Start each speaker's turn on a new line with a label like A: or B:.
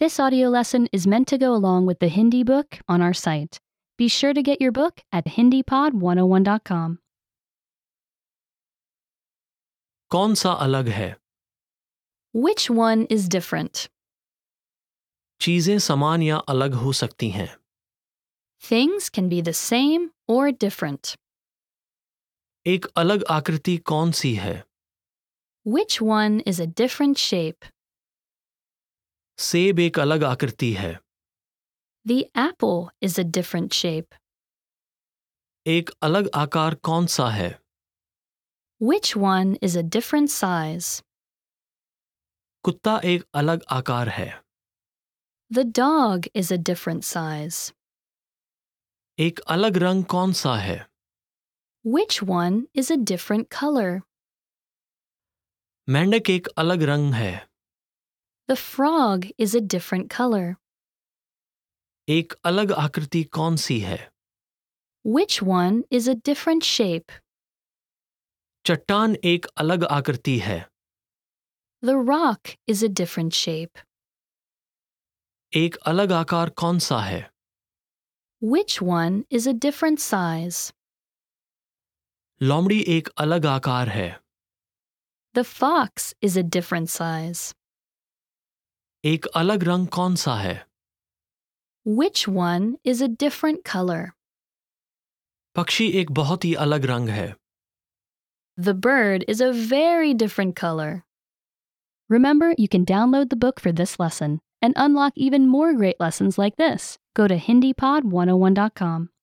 A: This audio lesson is meant to go along with the Hindi book on our site. Be sure to get your book at HindiPod101.com.
B: कौन सा अलग है
A: Which one is different?
B: चीजें समान या अलग हो सकती हैं
A: Things can be the same or different.
B: एक अलग आकृति कौन सी है
A: Which one is a different shape?
B: सेब एक अलग आकृति है
A: The apple is a different shape.
B: एक अलग आकार कौन सा है
A: Which one is a different size?
B: कुत्ता एक अलग आकार है
A: The dog is a different size.
B: एक अलग रंग कौन सा है
A: Which one is a different color?
B: मेंढक एक अलग रंग है
A: The frog is a different color.
B: एक अलग आकृति कौन सी है
A: Which one is a different shape?
B: चट्टान एक अलग आकृति है
A: The rock is a different shape.
B: एक अलग आकार कौन सा है
A: Which one is a different size?
B: लोमड़ी एक अलग आकार है
A: The fox is a different size.
B: एक अलग रंग कौन सा है
A: Which one is a different color?
B: पक्षी एक बहुत ही अलग रंग है
A: The bird is a very different color. Remember, you can download the book for this oh lesson and unlock even more great lessons like this. Go to HindiPod101.com.